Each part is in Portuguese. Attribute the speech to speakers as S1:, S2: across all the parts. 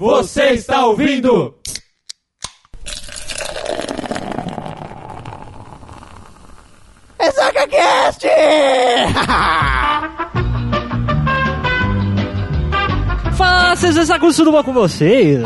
S1: Você está ouvindo?
S2: ExocaCast!
S3: Fala, seus ressacudos, tudo bom com vocês?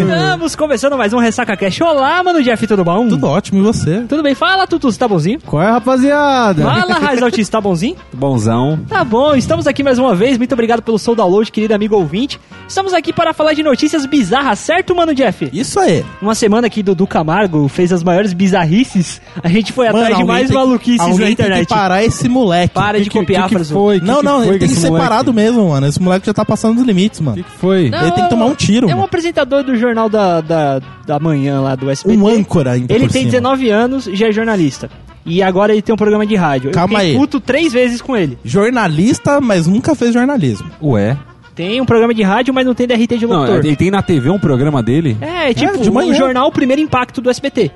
S3: Estamos começando mais um Ressaca Cash. Olá, mano Jeff, tudo bom?
S4: Tudo ótimo, e você?
S3: Tudo bem? Fala, Tutus, tá bonzinho?
S4: Qual é, rapaziada?
S3: Fala, Raiz Altis, tá bonzinho?
S4: Bonzão.
S3: Tá bom, estamos aqui mais uma vez. Muito obrigado pelo seu download, querido amigo ouvinte. Estamos aqui para falar de notícias bizarras, certo, mano Jeff?
S4: Isso aí.
S3: Uma semana que Dudu Camargo fez as maiores bizarrices, a gente foi atrás de
S4: alguém
S3: mais
S4: tem-
S3: maluquices na
S4: Alguém tem que
S3: internet.
S4: parar esse moleque.
S3: Para de
S1: Que-
S3: copiar,
S1: que, que
S3: Frazu.
S1: foi? Que
S4: Não,
S1: que
S4: não,
S1: foi
S4: ele tem que
S1: esse
S4: ser
S1: moleque?
S4: parado mesmo, mano. Esse moleque já tá passando dos limites,
S1: Que
S4: mano.
S1: que foi?
S3: Não,
S4: Ele tem que tomar um tiro,
S3: É um
S4: mano.
S3: apresentador do jornal da, da, da manhã lá do SBT.
S4: Um âncora ainda
S3: Ele
S4: por
S3: tem
S4: cima.
S3: 19 anos e já é jornalista. E agora ele tem um programa de rádio.
S4: Calma
S3: eu fiquei
S4: aí.
S3: puto três vezes com ele.
S4: Jornalista, mas nunca fez jornalismo.
S1: Ué.
S3: Tem um programa de rádio, mas não tem DRT de
S1: Não, é
S3: locutor.
S1: ele tem na TV um programa dele.
S3: é, tipo,
S4: É, de manhã.
S3: o jornal Primeiro Impacto do SBT.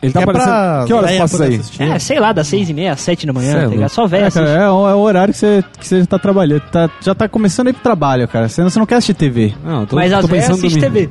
S1: Ele tá
S4: é
S1: aparecendo.
S4: pra...
S1: Que horas
S4: é,
S1: passa
S4: poder
S1: aí?
S4: assistir.
S3: É, sei lá, das seis e meia às sete da
S1: Cê
S3: manhã,
S1: é
S3: tá ligado?
S1: louco.
S3: Só velho
S5: É, cara,
S3: assiste.
S5: é, o, é o horário que você, que você tá trabalhando. Tá- já tá começando a ir pro trabalho, cara. Você não, você não quer assistir TV.
S1: Não, tô,
S3: Mas
S1: tô
S3: às velhas
S1: pensando no
S3: assiste
S1: menino.
S3: TV.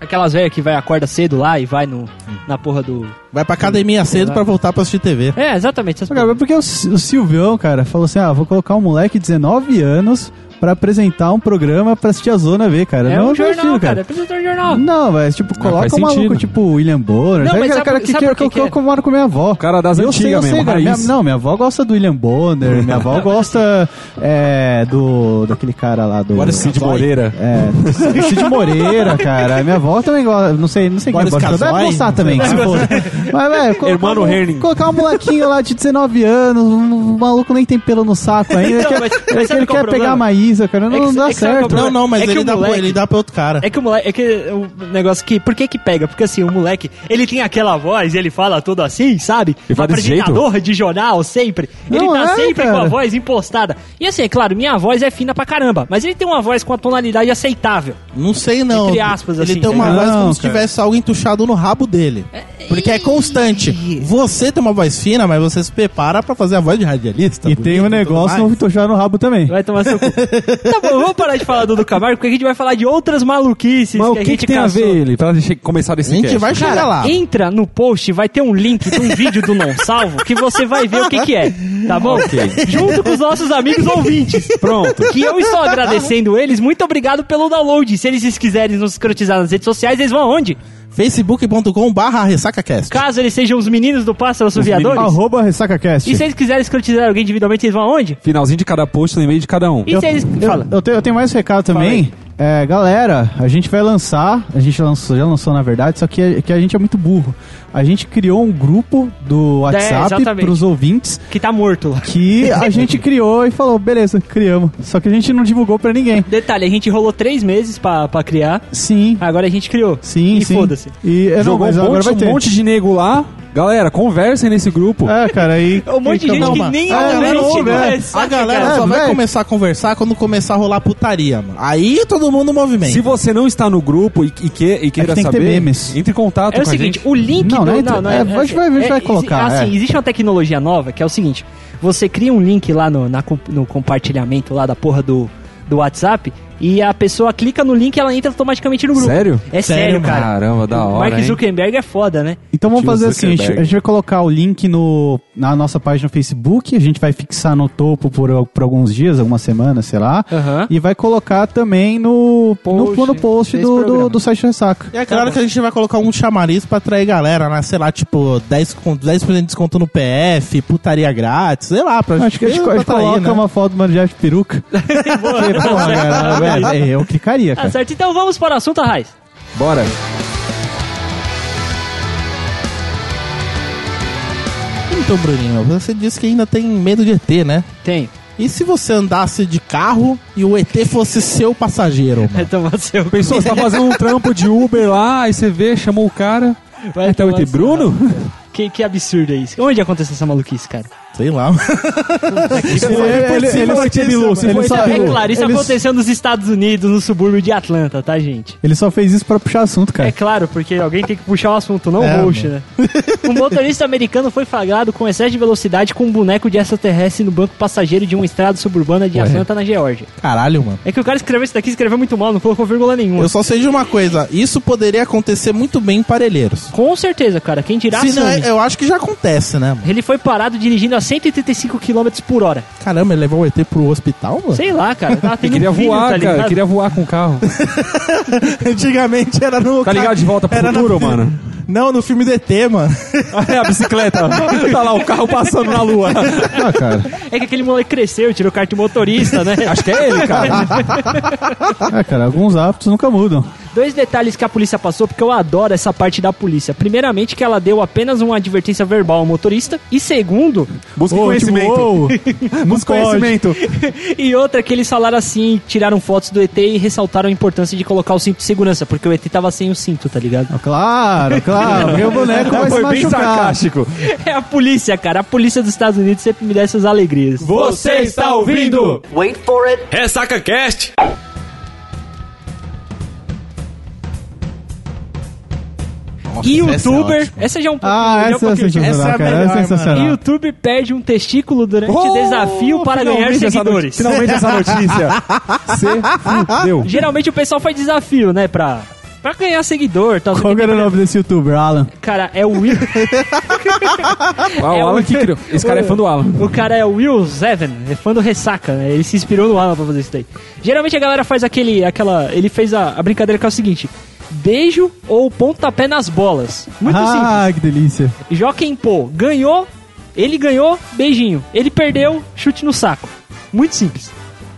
S3: Aquelas velhas que vai, acorda cedo lá e vai no, na porra do...
S4: Vai pra academia cedo pra voltar pra assistir TV.
S3: É, exatamente. essas
S5: Mas, cara,
S3: porra.
S5: porque o, Si- o Silvião, cara, falou assim: ah, vou colocar um moleque de 19 anos pra apresentar um programa pra assistir a Zona V, cara.
S3: É
S5: não
S3: um
S5: divertido,
S3: jornal, cara. É apresentador de jornal.
S5: Não, mas tipo, coloca
S1: faz
S5: um maluco
S1: sentido.
S5: tipo William Bonner.
S3: Não,
S5: Sabe
S3: mas
S5: aquele
S3: sabe-
S5: cara que,
S3: sabe
S5: que,
S3: por que
S5: que,
S3: que é?
S5: eu moro com minha avó.
S1: O cara das
S5: eu sei, eu
S1: antigas
S5: sei,
S1: mesmo,
S5: cara. Minha,
S1: raiz.
S5: não, minha avó gosta do William Bonner, minha avó gosta é, do daquele cara lá do.
S1: Agora tipo, Cid
S4: Vai.
S1: Moreira.
S5: É, Cid Moreira, cara. Minha avó também gosta. Não sei, não sei quem
S4: Boris
S5: gosta.
S4: Casoy?
S5: Deve gostar também. que se foda. Mas, velho, colocar
S1: Hermano
S5: um-
S1: Herning.
S5: Colocar um molequinho lá de 19 anos, um maluco nem tem pelo no saco ainda.
S3: Não,
S5: quer-
S3: mas- mas
S5: ele
S3: sabe
S5: ele
S3: qual é
S5: quer
S3: o
S5: pegar
S3: problema?
S5: a Maísa, cara.
S3: É
S5: Não,
S3: que-
S5: não
S3: é
S5: dá
S3: que sabe
S5: certo.
S3: qual
S4: Não, não, mas
S3: É que
S4: ele,
S3: o
S4: dá
S3: moleque-
S4: pro, ele dá pra outro cara.
S3: É que o moleque. É que o negócio que. Por que que pega? Porque assim, o moleque. Ele tem aquela voz e ele fala tudo assim, sabe?
S1: Ele fala desse
S3: Apresentador de jornal sempre. ele
S5: Não
S3: tá
S5: é,
S3: sempre com a
S5: cara.
S3: voz impostada. E assim, é claro, minha voz é fina pra caramba. Mas ele tem uma voz com a tonalidade aceitável.
S4: Não sei, não.
S3: Entre aspas,
S4: Ele
S3: assim,
S4: tem uma
S5: tá
S4: voz
S5: ligado?
S4: como
S5: Não,
S4: se tivesse algo entuchado no rabo dele. Porque é constante. Você tem uma voz fina, mas você se prepara pra fazer a voz de radialista.
S5: E
S4: bonito
S5: tem um
S4: tudo
S5: negócio
S4: mais.
S5: no Vitor Chá no rabo também.
S3: Vai tomar seu cu. tá bom, vamos parar de falar do Dudu Camargo, porque a gente vai falar de outras maluquices
S1: Mas o
S3: que a
S1: que,
S3: gente
S1: que tem
S3: caçou.
S1: a ver ele pra gente começar desse
S4: A gente
S1: cast?
S4: vai chegar
S3: Cara,
S4: lá.
S3: entra no post, vai ter um link de um vídeo do Não Salvo que você vai ver o que, que é, tá bom? Junto com os nossos amigos ouvintes.
S1: Pronto.
S3: Que eu estou agradecendo eles. Muito obrigado pelo download. Se eles quiserem nos escrotizar nas redes sociais, eles vão aonde?
S4: facebook.com barra ressacacast.
S3: Caso eles sejam os meninos do Pássaro Assoviadores.
S5: Arroba RessacaCast.
S3: E se eles quiserem escrotizar alguém individualmente, eles vão aonde?
S1: Finalzinho de cada post, lembrei de cada um.
S3: E se eles... Fala.
S5: Eu, eu tenho, eu tenho mais recado também. É, galera, a gente vai lançar, a gente lançou, já lançou na verdade, só que, é- que a gente é muito burro. A gente criou um grupo do WhatsApp
S3: É, exatamente.
S5: pros ouvintes
S3: Que tá morto lá.
S5: que a gente criou e falou, beleza, criamos. Só que a gente não divulgou pra ninguém.
S3: Detalhe, a gente rolou três meses pra, pra criar.
S5: Sim,
S3: Agora a gente criou.
S5: sim,
S3: e
S5: sim.
S3: foda-se.
S5: E é, não,
S1: Jogou
S5: mas
S1: um,
S5: agora
S1: monte,
S5: vai
S1: um
S5: ter.
S1: monte de nego lá. Galera, conversem nesse grupo.
S5: É, cara, aí.
S3: Um monte de
S5: então,
S3: gente
S4: não,
S3: que
S4: mano.
S3: nem
S5: É,
S3: ouve,
S5: não ouve,
S3: tipo,
S5: é.
S3: é saca,
S4: A galera
S3: cara.
S4: só vai
S5: velho.
S4: começar a conversar quando começar a rolar putaria, mano. Aí todo mundo movimenta.
S1: Se você não está no grupo e, e, que, e queira
S5: É que tem que ter
S1: saber,
S5: memes.
S1: entre em
S5: Tá
S1: contato
S3: É
S1: com
S3: o seguinte,
S1: a gente.
S3: o link
S5: Não,
S3: do...
S5: não é entre- é, a gente vai- a gente vai
S3: exi-
S5: colocar,
S3: Assim,
S5: é.
S3: existe uma tecnologia nova que é o seguinte: você cria um link lá no, na com- no compartilhamento lá da porra do, do WhatsApp e a pessoa clica no link e ela entra automaticamente no grupo.
S1: Sério?
S3: É sério, cara.
S1: Caramba, da hora,
S3: Mark
S1: hein?
S3: Zuckerberg é foda, né?
S5: Então vamos
S1: Tio
S5: fazer assim, a gente,
S1: Zuckerberg.
S5: a gente vai colocar o link no, na nossa página no Facebook, a gente vai fixar no topo por, por alguns dias, algumas semanas, sei lá.
S3: Ahã.
S5: E vai colocar também no
S3: Post
S5: post, no, no post
S3: desse
S5: do,
S3: programa.
S5: do, do site Ressaca.
S4: E é claro que a gente vai colocar um chamariz pra atrair galera, né? Sei lá, tipo, 10%, com- 10 de desconto no PF, putaria grátis, sei lá, pra
S5: Acho que a gente,
S4: pra
S5: a gente
S4: atrair,
S5: coloca
S4: né?
S5: uma foto do Mano Jeff de peruca. Ah, Porque, porra, cara, velho, eu clicaria,
S3: Tá
S5: cara.
S3: certo, então vamos para o assunto, Raiz.
S1: Bora.
S4: Então, Bruninho, você disse que ainda tem medo de ET, né?
S3: Tem.
S4: E se você andasse de carro e o ET fosse seu passageiro, mano?
S3: Então você
S1: Pensou, você tá fazendo um trampo de Uber lá, aí você vê, chamou o cara.
S3: vai né?
S1: Então,
S3: tomar
S1: ET
S3: no seu-
S1: Bruno?
S3: Que, que absurdo é isso? Onde aconteceu essa maluquice, cara?
S4: Sei lá.
S1: ele- ele foi Tibilu, se
S5: ele
S1: foi
S5: só-
S1: Tibilu.
S3: É claro, isso
S5: ele-
S3: aconteceu nos Estados Unidos, no subúrbio de Atlanta, tá, gente?
S5: Ele só fez isso pra puxar assunto, cara.
S3: É claro, porque alguém tem que puxar o assunto, não
S4: É,
S3: o host, né? Um motorista americano foi flagrado com excesso de velocidade com um boneco de extraterrestre no banco passageiro de uma estrada suburbana de Atlanta, na Geórgia.
S4: Caralho, mano.
S3: É que o cara escreveu isso daqui, escreveu muito mal, não colocou vírgula nenhuma.
S4: Eu só sei de uma coisa. Isso poderia acontecer muito bem em Parelheiros.
S3: Com certeza, cara, quem dirá
S4: Se não,
S1: é,
S3: assume.
S4: eu acho que já acontece, né, mano?
S3: Ele foi parado dirigindo a 185 km por hora.
S4: Caramba, ele levou o ET pro hospital, mano?
S3: Sei lá, cara. Tava
S1: Ele
S3: tendo
S1: queria
S3: um filho,
S1: voar,
S3: tá
S1: cara.
S3: ligado?
S1: Ele queria voar com o carro.
S4: Antigamente era no...
S1: Tá ligado de volta pro
S4: Era na-
S1: futuro, mano?
S4: Não, no filme do ET, mano.
S1: É a bicicleta. Tá lá o carro passando na lua.
S5: Ah, cara.
S3: É que aquele moleque cresceu, tirou carta de motorista, né?
S1: Acho que é ele, cara.
S5: Ah, cara, alguns hábitos nunca mudam.
S3: Dois detalhes que a polícia passou, porque eu adoro essa parte da polícia. Primeiramente, que ela deu apenas uma advertência verbal ao motorista. E segundo,
S1: Busca
S5: Ô, tipo,
S1: conhecimento.
S5: ô, não
S1: Busca conhecimento.
S3: e outra que eles falaram assim, tiraram fotos do ET e ressaltaram a importância de colocar o cinto de segurança, porque o ET tava sem o cinto, tá ligado?
S5: pode. Claro, claro. Meu boneco vai se
S1: Foi bem
S5: machucar.
S1: sarcástico.
S3: É a polícia, cara. A polícia dos Estados Unidos sempre me dá essas alegrias.
S1: Você está ouvindo?
S2: Wait for it.
S1: É
S6: Ressaca Cast.
S3: Youtuber, essa já é um pouquinho,
S5: Ah,
S3: já é um
S5: essa é
S3: pouquinho-
S5: sensacional,
S4: Essa é a
S5: cara. Essa
S4: melhor,
S5: é sensacional.
S3: Youtuber perde um testículo durante desafio para ganhar
S1: Finalmente essa
S3: seguidores.
S1: noti- Finalmente essa notícia. Se fudeu.
S3: Geralmente o pessoal faz desafio, né, pra, pra ganhar seguidor. Tal,
S5: Qual que é era o nome desse youtuber, Alan?
S3: Cara, é o Will...
S1: Ah, o
S3: É
S1: Alan
S3: o-
S1: que criou. Esse cara é fã do Alan.
S3: O cara é o Will Zeven, é fã do Ressaca, né? Ele se inspirou no Alan pra fazer isso daí. Geralmente a galera faz aquele. aquela. Ele fez a, a brincadeira que é o seguinte: beijo ou pontapé nas bolas. Muito
S5: ah,
S3: simples.
S5: que delícia.
S3: Joaquim Pô ganhou, ele ganhou, beijinho. Ele perdeu, chute no saco. Muito simples.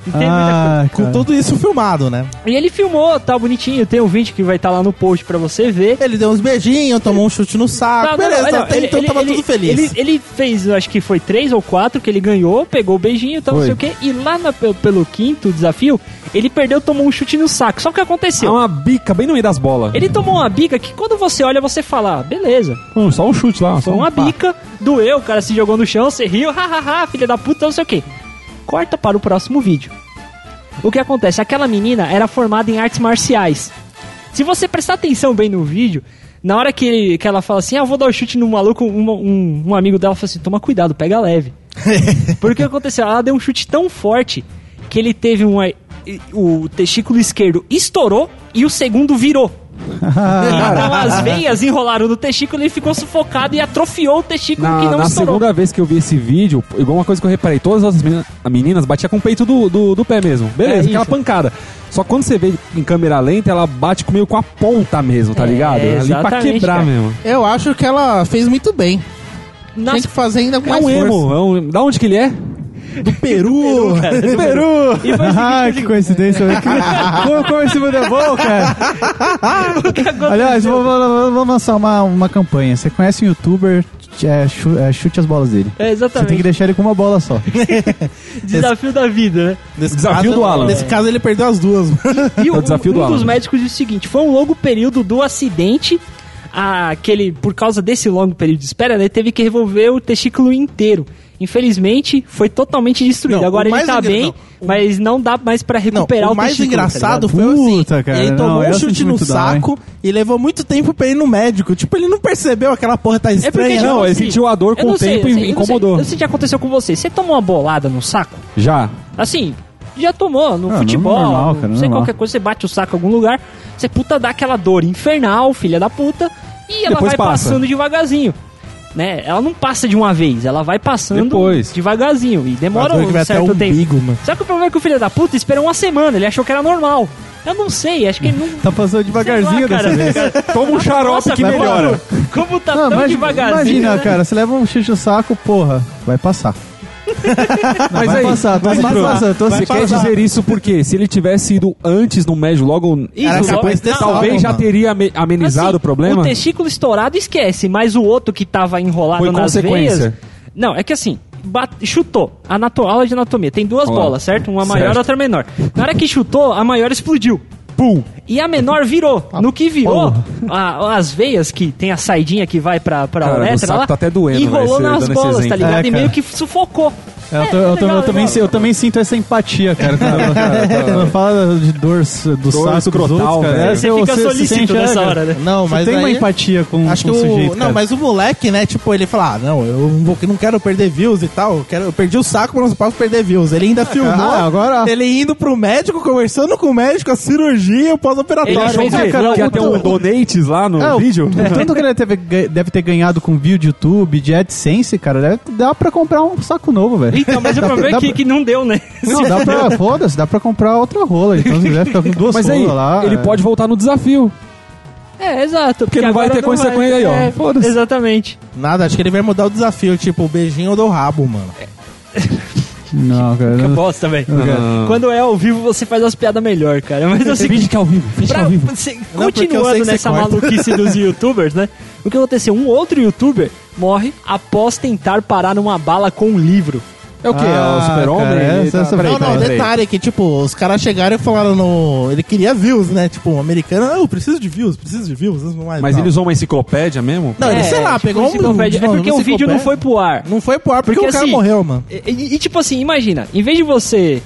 S3: Não tem muita
S5: Ah,
S4: Com
S1: É.
S5: cara.
S4: tudo isso filmado, né?
S3: coisa. E ele filmou, tá bonitinho. Tem um vídeo que vai estar lá no post pra você ver.
S4: Ele deu uns beijinhos, tomou um chute no saco.
S3: Não, não,
S4: Beleza,
S3: não, não,
S4: até
S3: ele-
S4: então
S3: ele-
S4: tava
S3: ele-
S4: tudo feliz.
S3: Ele, ele fez, eu acho que foi três ou quatro que ele ganhou, pegou o beijinho e tal, não sei o quê. E lá na- pelo, pelo quinto desafio, ele perdeu, tomou um chute no saco. Só que o que
S1: É
S3: aconteceu?
S4: Ah.
S1: uma bica bem no meio das bolas.
S3: Ele tomou uma bica que quando você olha, você fala, ah, beleza,
S1: Hum, Só um chute lá.
S3: foi
S1: um
S3: uma
S1: pá.
S3: bica, doeu, o cara se jogou no chão, você riu, hahaha, filha da puta, não sei o quê. Corta para o próximo vídeo. O que acontece? Aquela menina era formada em artes marciais. Se você prestar atenção bem no vídeo, na hora que, que ela fala assim, ah, eu vou dar o chute no maluco, um, um- um amigo dela fala assim, toma cuidado, pega leve. Porque o que aconteceu? Ela deu um chute tão forte que ele teve um... O testículo esquerdo estourou e o segundo virou. Então as veias enrolaram no testículo e ele ficou sufocado e atrofiou o testículo que
S1: Na,
S3: não
S1: na
S3: estourou.
S1: segunda vez que eu vi esse vídeo, igual uma coisa que eu reparei, todas as meninas, meninas batiam com o peito do, do, do pé mesmo.
S3: É
S1: Beleza,
S3: isso.
S1: aquela pancada. Só que quando você vê em câmera lenta, ela bate meio com a ponta mesmo, tá
S3: É,
S1: ligado? Ali pra
S3: exatamente,
S1: quebrar
S3: cara.
S1: mesmo.
S4: Eu acho que ela fez muito bem.
S3: Na-
S4: Tem que fazer ainda com
S1: É
S4: mais
S1: um
S4: força.
S1: emo. É um... Da onde que ele é?
S4: Do Peru.
S1: Peru!
S3: E foi o seguinte,
S5: Ah, que coincidência. Como, como esse mundo é bom, cara. Aliás, vou- vou- vou lançar uma, uma campanha. Você conhece um youtuber, é, chu- é, chute as bolas dele.
S3: é,
S5: Você tem que
S3: exatamente.
S5: deixar ele com uma bola só.
S3: Desafio da vida, né?
S4: Nesse
S1: Desafio do Alan.
S4: Nesse caso ele perdeu as duas.
S3: E
S1: É o desafio
S3: um,
S1: do
S3: um dos
S1: Alan.
S3: médicos disse o seguinte: foi um longo período do acidente. a- Aquele, por causa desse longo período de espera, ele teve que revolver o testículo inteiro. Infelizmente, foi totalmente destruído.
S4: Não, o
S3: Agora ele
S4: mais
S3: tá
S4: engra-
S3: bem, mas não dá mais pra
S4: Não,
S3: recuperar
S4: o
S3: o,
S4: mais
S3: testículo. tá
S4: engraçado
S3: ligado?
S4: foi assim,
S5: Puta, cara,
S4: ele tomou
S5: não, eu
S4: um
S5: senti
S4: chute no
S5: muito dó, hein?
S4: saco e levou muito tempo pra ir no médico. Tipo, ele não percebeu aquela porra tá
S3: É porque,
S4: estranha.
S1: não,
S3: tipo
S1: ele
S3: assim,
S1: sentiu a dor
S3: eu
S1: com
S3: não
S1: o
S3: sei,
S1: tempo
S3: eu
S1: e
S3: sei, eu não sei,
S1: incomodou.
S3: Eu sei o que aconteceu com você. Você tomou uma bolada no saco?
S1: Já.
S3: Assim, já tomou no
S5: Ah,
S3: futebol,
S5: normal,
S3: não
S5: cara,
S3: sei
S5: normal.
S3: qualquer coisa, você bate o saco em algum lugar, você puta dá aquela dor infernal, filha da puta, e ela
S1: Depois
S3: vai
S1: passa.
S3: passando devagarzinho. Né? Ela não passa de uma vez, ela vai passando
S1: Depois.
S3: devagarzinho e demora
S4: Agora que vai
S3: um
S4: até o
S3: certo tempo.
S4: umbigo, mano.
S3: Só que o problema é que o filho da puta esperou uma semana, ele achou que era normal. Eu não sei, acho que ele não.
S5: Tá passando
S3: sei lá,
S5: devagarzinho
S3: cara.
S5: dessa vez.
S1: Toma um xarope
S3: Nossa,
S1: que
S3: mano,
S1: melhora.
S3: Como tá
S5: Não,
S3: tão
S5: imagi-
S3: devagarzinho.
S5: imagina,
S3: né?
S5: cara, você leva um xixi no saco, porra, vai passar. Não,
S1: Mas é
S5: vai
S1: aí,
S5: passar, tô
S1: mas
S5: sentindo,
S1: Bruno,
S5: passando, tô assim,
S1: Você
S5: sentindo.
S1: quer dizer isso porque se ele tivesse ido antes no médio logo,
S4: Era
S3: Isso,
S4: capaz de ter
S3: não,
S4: salvo,
S1: talvez já
S4: mano.
S1: teria ame- amenizado
S3: Assim,
S1: o problema.
S3: O testículo estourado esquece, mas o outro que tava enrolado
S1: Foi
S3: nas
S1: consequência.
S3: veias. Não, é que assim, bate- chutou. Anato, aula de anatomia. Tem duas
S1: Olá.
S3: bolas, certo? Uma maior
S1: Certo.
S3: outra menor. Na hora que chutou, a maior explodiu.
S1: Pum! Tá
S3: E a menor virou. no que virou,
S5: porra.
S3: a- as veias que tem a saidinha que vai pra, pra
S1: Cara, meu
S3: uretra
S1: saco
S3: lá,
S1: tá até doendo,
S3: e
S1: velho,
S3: rolou
S1: você
S3: nas
S1: dando esse
S3: bolas, tá
S1: exemplo.
S3: ligado?
S5: É,
S3: e meio
S5: cara.
S3: que sufocou.
S5: Eu,
S3: É,
S5: tô- eu
S3: legal,
S5: também- eu também,
S3: legal.
S5: si- eu também sinto essa empatia, cara. Quando quando fala de dor s- do
S1: Dor
S5: saco dos
S1: escrotal,
S5: outros, cara.
S1: velho.
S5: é,
S3: Você fica
S5: se
S3: solicito
S5: sente, é,
S3: nessa
S5: cara.
S3: hora, né?
S4: Não,
S5: Você
S4: mas
S5: tem uma
S4: aí-
S5: empatia com,
S4: Acho que
S5: com o
S4: o,
S5: um sujeito,
S4: não,
S5: cara.
S4: mas o moleque, né, tipo, ele fala, ah, não, eu não, vou, não quero perder views e tal, eu, quero, eu perdi o saco, mas não posso perder views. Ele ainda filmou,
S5: ah, agora-
S4: ele indo pro médico, conversando com o médico, a cirurgia, o
S3: Ele
S4: pós-operatório.
S3: achou um
S4: É,
S3: jeito,
S4: cara,
S3: não,
S1: Que
S4: o-
S1: até um donates lá no
S5: É, o-
S1: vídeo.
S5: O tanto que ele deve, ga- deve ter ganhado com vídeo de YouTube, de AdSense, cara, deve, dá pra comprar um saco novo, velho.
S3: Então, mas o
S5: Dá pra-
S3: problema é
S5: dá
S3: que,
S5: pra-
S3: que não deu, né?
S5: Não, dá pra, foda-se, dá pra comprar outra rola. Então, se quiser ficar com duas
S1: Mas aí,
S5: rolas lá.
S1: ele
S5: é.
S1: pode voltar no desafio.
S3: É, exato.
S1: Porque não vai
S3: agora
S1: ter consequência aí, ó.
S3: É,
S1: Foda-se.
S3: Exatamente.
S4: Nada, acho que ele vai mudar o desafio, tipo, o beijinho do rabo, mano.
S5: Não, cara.
S3: Que
S5: não-
S3: bosta, velho.
S1: Não.
S3: Quando é ao vivo, você faz as piadas melhor, cara. Mas é o seguinte,
S1: Finge que é ao vivo, finge que é
S3: Pra-
S1: ao vivo.
S3: se-
S4: Não, porque eu sei
S3: continuando
S4: que você
S3: nessa
S4: corta.
S3: maluquice dos youtubers, né? O que aconteceu? Um outro youtuber morre após tentar parar numa bala com um livro.
S1: É o quê? é o
S5: Ah,
S1: super-homem?
S5: cara,
S1: Ele
S5: essa- essa-
S1: peraí,
S4: não, não,
S1: peraí, peraí.
S4: detalhe é que, tipo, os caras chegaram e falaram no... Ele queria views, né, tipo, um americano, ah, eu preciso de views, preciso de views, não é mais
S1: Mas
S4: não.
S1: ele usou uma enciclopédia mesmo?
S4: Não, ele, sei lá,
S3: tipo,
S4: pegou um...
S3: enciclopédia. É porque
S4: uma
S3: o vídeo não
S4: enciclopédia.
S3: foi pro ar.
S4: Não foi pro ar, porque,
S3: Porque,
S4: o cara
S3: assim,
S4: morreu, mano.
S3: E, e- e, tipo assim, imagina, em vez de você.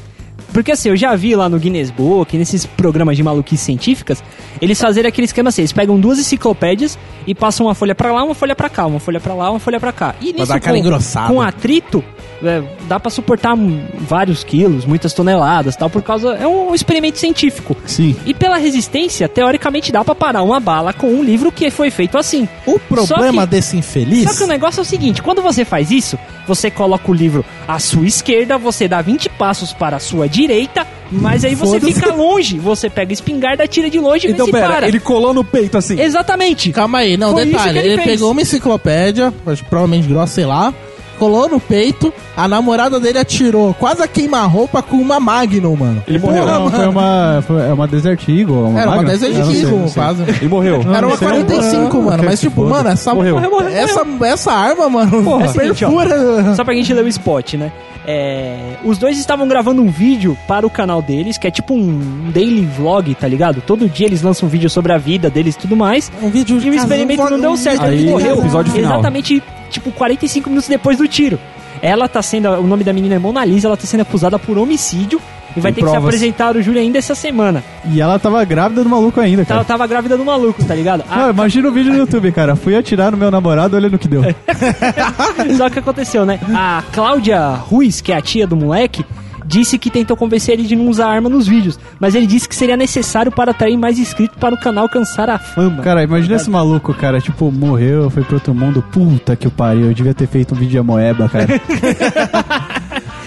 S3: Porque assim, eu já vi lá no Guinness Book, nesses programas de maluquices científicas, eles fazerem aquele esquema assim, eles pegam duas enciclopédias e passam uma folha pra lá, uma folha pra cá, uma folha pra lá, uma folha pra cá. E nisso,
S4: dar aquela
S3: com-
S4: engrossada.
S3: com atrito, é, dá pra suportar hum, vários quilos, muitas toneladas, tal, por causa é um experimento científico.
S5: Sim.
S3: E pela resistência, teoricamente dá pra parar uma bala com um livro que foi feito assim.
S4: O problema
S3: Só que-
S4: desse infeliz.
S3: Só que o negócio é o seguinte, quando você faz isso, você coloca o livro à sua esquerda, você dá 20 passos para a sua direita, mas aí você
S4: Foda-se.
S3: fica longe, você pega a espingarda, tira de longe
S1: Então,
S3: e vê se
S1: pera,
S3: para.
S1: ele colou no peito assim.
S3: Exatamente.
S4: Calma aí, não,
S3: Foi isso
S4: detalhe.
S3: que ele
S4: Ele,
S3: fez.
S4: pegou uma enciclopédia, acho que provavelmente grossa, sei lá, colou no peito, a namorada dele atirou, quase a queima-roupa com uma Magnum, mano.
S1: Ele morreu.
S4: Porra,
S5: Não, foi uma, foi é uma Desert Eagle. Uma um
S4: Era uma
S5: Magnum?
S4: 10
S5: Eu não sei, não
S4: Eagle,
S5: sei.
S4: quase.
S1: Ele morreu.
S4: Era uma
S5: sei.
S4: 45,
S5: Ah,
S4: mano.
S5: cara,
S4: Mas,
S5: que
S4: tipo,
S5: foda.
S4: mano, essa,
S1: Morreu.
S4: essa, essa arma,
S3: É
S4: mano,
S3: o seguinte, ó.
S4: perfura.
S3: Só pra gente ler o spot, né? É, os dois estavam gravando um vídeo para o canal deles, que é tipo um daily vlog, tá ligado? Todo dia eles lançam um vídeo sobre a vida deles e tudo mais.
S4: Um vídeo
S3: E o
S1: Tá,
S3: experimento não deu certo,
S1: Aí,
S3: ele morreu
S1: episódio final.
S3: exatamente tipo 45 minutos depois do tiro. Ela tá sendo, o nome da menina é Mona Lisa, ela tá sendo acusada por homicídio e vai
S1: Tem
S3: ter que
S1: provas.
S3: se apresentar ao júri ainda essa semana. Tá,
S5: E ela tava grávida do maluco ainda,
S1: É.
S3: Ela
S5: cara.
S3: tava grávida do maluco, tá ligado?
S5: Não, imagina o vídeo no YouTube, cara. Fui atirar no meu namorado, olha no que deu.
S3: Só que aconteceu, né? A Cláudia Ruiz, que é a tia do moleque, disse que tentou convencer ele de não usar arma nos vídeos, mas ele disse que seria necessário para atrair mais inscritos para o canal alcançar a fama.
S5: Cara, imagina esse maluco, cara. Tipo, morreu, foi pro outro mundo. Puta que pariu. Eu devia ter feito um vídeo de Amoeba, cara.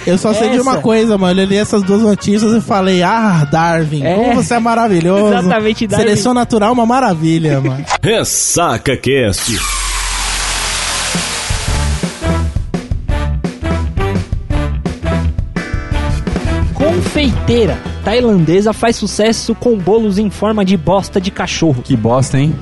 S4: Eu só sei de uma
S3: Essa.
S4: coisa, mano. Eu li essas duas notícias e falei, ah, Darwin,
S3: É.
S4: como você é maravilhoso.
S3: Exatamente, Darwin.
S4: Seleção natural é uma maravilha, mano.
S2: Ressaca Cast.
S3: Confeiteira tailandesa faz sucesso com bolos em forma de bosta de cachorro.
S1: Que bosta, hein?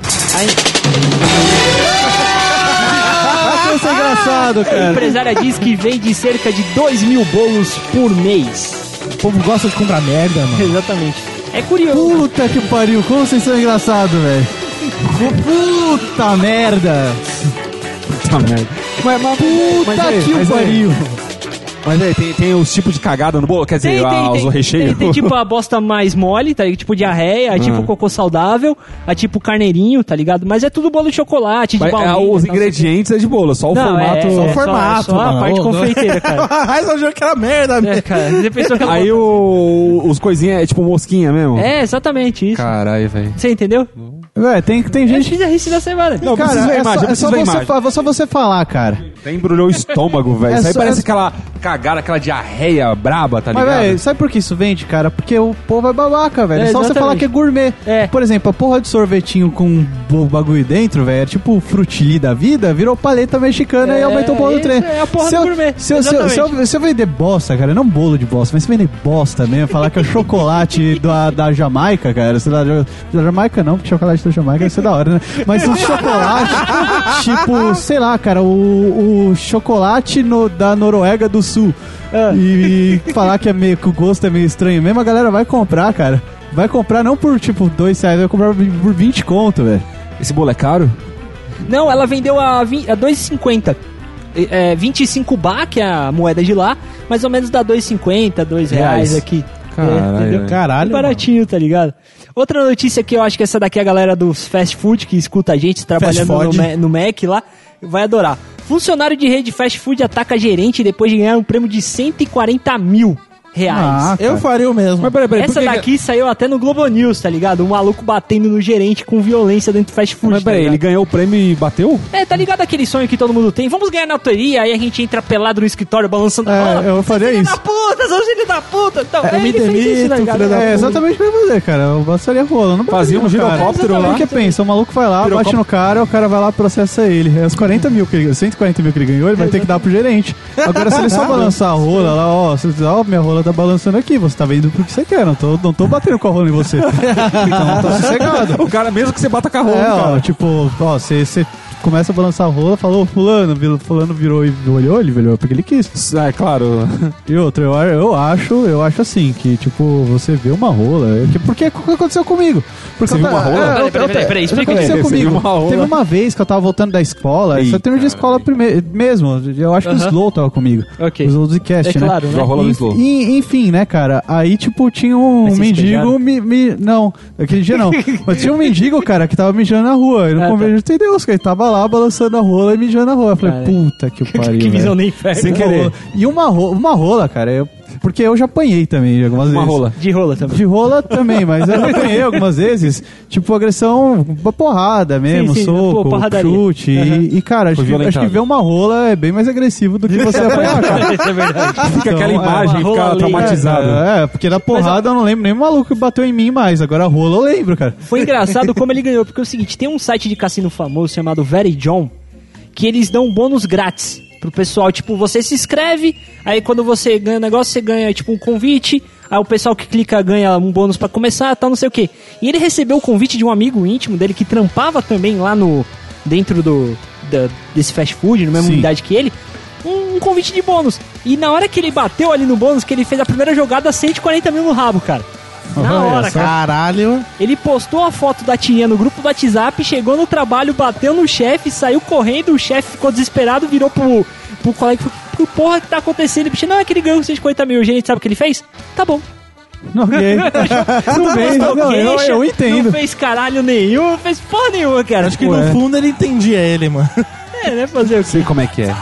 S5: Isso é engraçado,
S3: A
S5: cara.
S3: empresária diz que vende cerca de 2 mil bolos por mês.
S4: O povo gosta de comprar merda, mano.
S3: Exatamente. É curioso.
S5: Puta que pariu. Como vocês são engraçados, velho. Puta merda.
S1: Puta merda. Mas, mas,
S5: Puta
S1: aí,
S5: que
S1: mas aí,
S5: Tá pariu.
S1: Mas aí, tem, tem os tipos de cagada no bolo? Quer dizer, ah, os recheios?
S3: Tem, tem tipo a bosta mais mole, tá ligado? Tipo diarreia, a
S1: Ah.
S3: tipo cocô saudável, a tipo carneirinho, tá ligado? Mas é tudo bolo de chocolate, de
S1: Mas,
S3: baunilha.
S1: ah, os
S3: tal, sei o quê.
S1: ingredientes é de bolo, só o
S3: Não,
S1: formato. Ah,
S3: é, é,
S4: só o
S3: é
S4: formato,
S3: Só, a
S4: mano.
S3: parte
S4: Ô,
S3: confeiteira, cara.
S4: Mas eu juro que era merda,
S3: É,
S4: velho.
S3: cara. Você pensou que ela
S1: Aí o, os coisinhas é tipo mosquinha mesmo?
S3: É, exatamente isso.
S1: Caralho, velho.
S3: Você entendeu?
S5: Ué, tem, tem
S1: É.
S3: Eu
S5: gente...
S3: fiz a rice da semana.
S1: Não, eu preciso ver a
S5: é
S1: imagem,
S5: só,
S1: eu
S5: é só
S1: preciso ver a
S5: você,
S1: imagem.
S5: fa- só você falar, cara.
S1: Até embrulhou o estômago, velho.
S5: É
S1: Isso aí
S5: só-
S1: parece
S5: é-
S1: aquela cagada, aquela diarreia braba, tá
S5: Mas,
S1: ligado?
S5: velho, sabe por que isso vende, cara? Porque o povo é babaca, velho.
S3: É,
S5: É só você
S3: exatamente.
S5: falar que é gourmet.
S3: É.
S5: Por exemplo, a porra de sorvetinho com bo- bagulho dentro, velho, é tipo frutili da vida, virou paleta mexicana
S3: É,
S5: e aumentou o bolo do
S3: isso
S5: trem.
S3: é a porra
S5: se
S3: do
S5: eu,
S3: gourmet,
S5: Se eu, se, eu, se, eu, se eu vender bosta, cara, não bolo de bosta, mas se vender bosta mesmo, falar que é chocolate da, da Jamaica, cara, sei lá, da, da Jamaica não, porque chocolate da Jamaica isso é da hora, né? Mas o chocolate, tipo, sei lá, cara, o, o chocolate no- da Noruega é do Sul. E, e falar que, é meio, que o gosto é meio estranho mesmo, a galera vai comprar, cara. Vai comprar não por, tipo, dois reais, vai comprar por 20 conto, velho.
S1: Esse bolo é caro?
S3: Não, ela vendeu a, vin- a 2,50. E, É, 25 bar, que é a moeda de lá, mais ou menos dá 2,50, 2 reais,
S1: Reais.
S3: aqui.
S1: Caralho. velho.
S4: Caralho.
S3: É baratinho, tá ligado? Outra notícia que eu acho que essa daqui é a galera dos fast food que escuta a gente trabalhando no,
S4: food.
S3: Ma- no Mac lá vai adorar. Funcionário de rede fast food ataca gerente depois de ganhar um prêmio de 140 mil reais.
S5: Ah,
S4: Eu
S5: cara.
S4: faria o mesmo.
S1: Mas peraí, peraí, por
S3: Essa
S1: que que-
S3: daqui saiu até no Globo News, tá ligado? Um maluco batendo no gerente com violência dentro do fast food.
S1: Mas
S3: tá
S5: né?
S1: peraí, ele
S3: ligado?
S1: ganhou o prêmio e bateu?
S3: É, tá ligado aquele sonho que todo mundo tem? Vamos ganhar na loteria, aí a gente entra pelado no escritório balançando a
S5: É,
S3: rola.
S5: eu faria
S3: Filho
S5: isso.
S3: da puta, seus filhos da puta! Então,
S4: É, eu
S3: aí
S4: me
S3: ele fez isso,
S4: demito,
S3: tá ligado?
S4: filho da
S5: É
S4: puta.
S5: exatamente o que eu ia fazer, cara. Eu bastaria rolando. Não
S1: Fazia um
S5: bastaria, cara.
S1: girocóptero lá.
S5: Porque pensa, o maluco vai lá, bate
S1: Girocóptero.
S5: no cara, o cara vai lá e processa ele. É os 40 mil que ele, 140 mil que ele ganhou, ele vai ter que dar pro gerente. Agora, se ele só balançar a rola lá, ó, você diz, ó, minha rola tá balançando aqui, você tá vendo porque você quer, não tô, não tô batendo com a rola em você. Então tá
S4: É,
S5: sossegado.
S1: O cara, mesmo que você bata carro,
S5: É, ó,
S1: cara.
S5: tipo, ó, você você começa a balançar a rola, falou, fulano, vil- fulano virou e olhou, ele olhou porque ele quis.
S1: É, claro.
S5: E outra, eu, eu acho, eu acho assim, que tipo, você vê uma rola. é que- Porque é o que aconteceu comigo. Porque
S1: Você
S5: eu
S1: viu
S5: tava-
S1: uma rola?
S5: é, eu-
S3: Peraí, peraí,
S5: eu-
S3: peraí, peraí,
S5: eu-
S3: explica
S5: o que
S1: aí.
S5: aconteceu
S1: Você viu
S5: comigo.
S1: uma rola?
S5: Teve uma vez que eu tava voltando da escola,
S1: Ih,
S5: só terminei de escola primeiro mesmo. Eu acho que o
S3: Aham.
S5: Slow tava comigo.
S3: Ok.
S5: O Slow do Zcast,
S3: É
S5: né?
S3: claro, né?
S1: Viu a rola do Slow.
S5: E- enfim, né, cara? Aí, tipo, tinha um
S3: Mas vocês
S5: mendigo.
S3: beijaram?
S5: Me, me- não, aquele dia não. Mas tinha um mendigo, cara, que tava mijando na rua. Eu não
S3: Ah, tá.
S5: convejo, tem Deus, cara. Ele tava lá balançando a rola e mijando na rua. Eu falei,
S3: Cara.
S5: puta que pariu.
S3: Que
S5: velho.
S3: visão do inferno.
S1: Sem
S5: Uma
S1: querer.
S5: rola. Tipo, E uma rola, uma rola cara. eu- porque eu já apanhei também algumas vezes.
S1: Uma rola.
S3: De rola também.
S5: De rola também, mas eu já apanhei algumas vezes. Tipo, agressão, uma porrada mesmo,
S3: Sim, sim,
S5: soco,
S3: pô, porradaria.
S5: chute. E-
S3: Aham.
S5: E, cara, acho
S1: Foi
S5: que, acho
S1: violentado.
S5: que ver uma rola é bem mais agressivo do que você apanhar, cara.
S3: Isso é verdade.
S1: Fica
S5: Então,
S1: aquela
S5: é,
S1: imagem,
S3: uma rola
S1: fica
S3: ali.
S1: Tá traumatizado.
S5: É, é, porque na porrada eu... não lembro nem o maluco que bateu em mim mais. Agora a rola eu lembro, cara.
S3: Foi engraçado como ele ganhou, porque é o seguinte, tem um site de cassino famoso chamado Very John, que eles dão bônus grátis pro pessoal, tipo, você se inscreve, aí quando você ganha o negócio, você ganha tipo um convite, aí o pessoal que clica ganha um bônus pra começar, tal, não sei o quê. E ele recebeu o convite de um amigo íntimo dele que trampava também lá no dentro do da- desse fast food, na mesma
S5: Sim.
S3: unidade que ele. Um, um convite de bônus. E na hora que ele bateu ali no bônus, que ele fez a primeira jogada, 140 mil no rabo, cara. Na
S5: Olha
S3: hora,
S5: só.
S3: cara.
S4: Caralho.
S3: Ele postou a foto da tia no grupo do WhatsApp, chegou no trabalho, bateu no chefe, saiu correndo, o chefe ficou desesperado, virou pro, pro colega e falou, que porra que tá acontecendo? Ele bicho, não, é que ele ganhou 150 mil, gente, sabe o que ele fez? Tá bom.
S5: Não, ok. Tudo bem,
S3: Postou
S5: não, tá eu,
S3: queixa,
S5: eu
S3: Não
S5: entendo.
S3: fez caralho nenhum, não fez porra nenhuma, cara.
S4: Acho que
S3: Pô,
S4: no fundo ele entendia ele, mano.
S3: é, né, fazer o quê?
S1: Sei como é que é.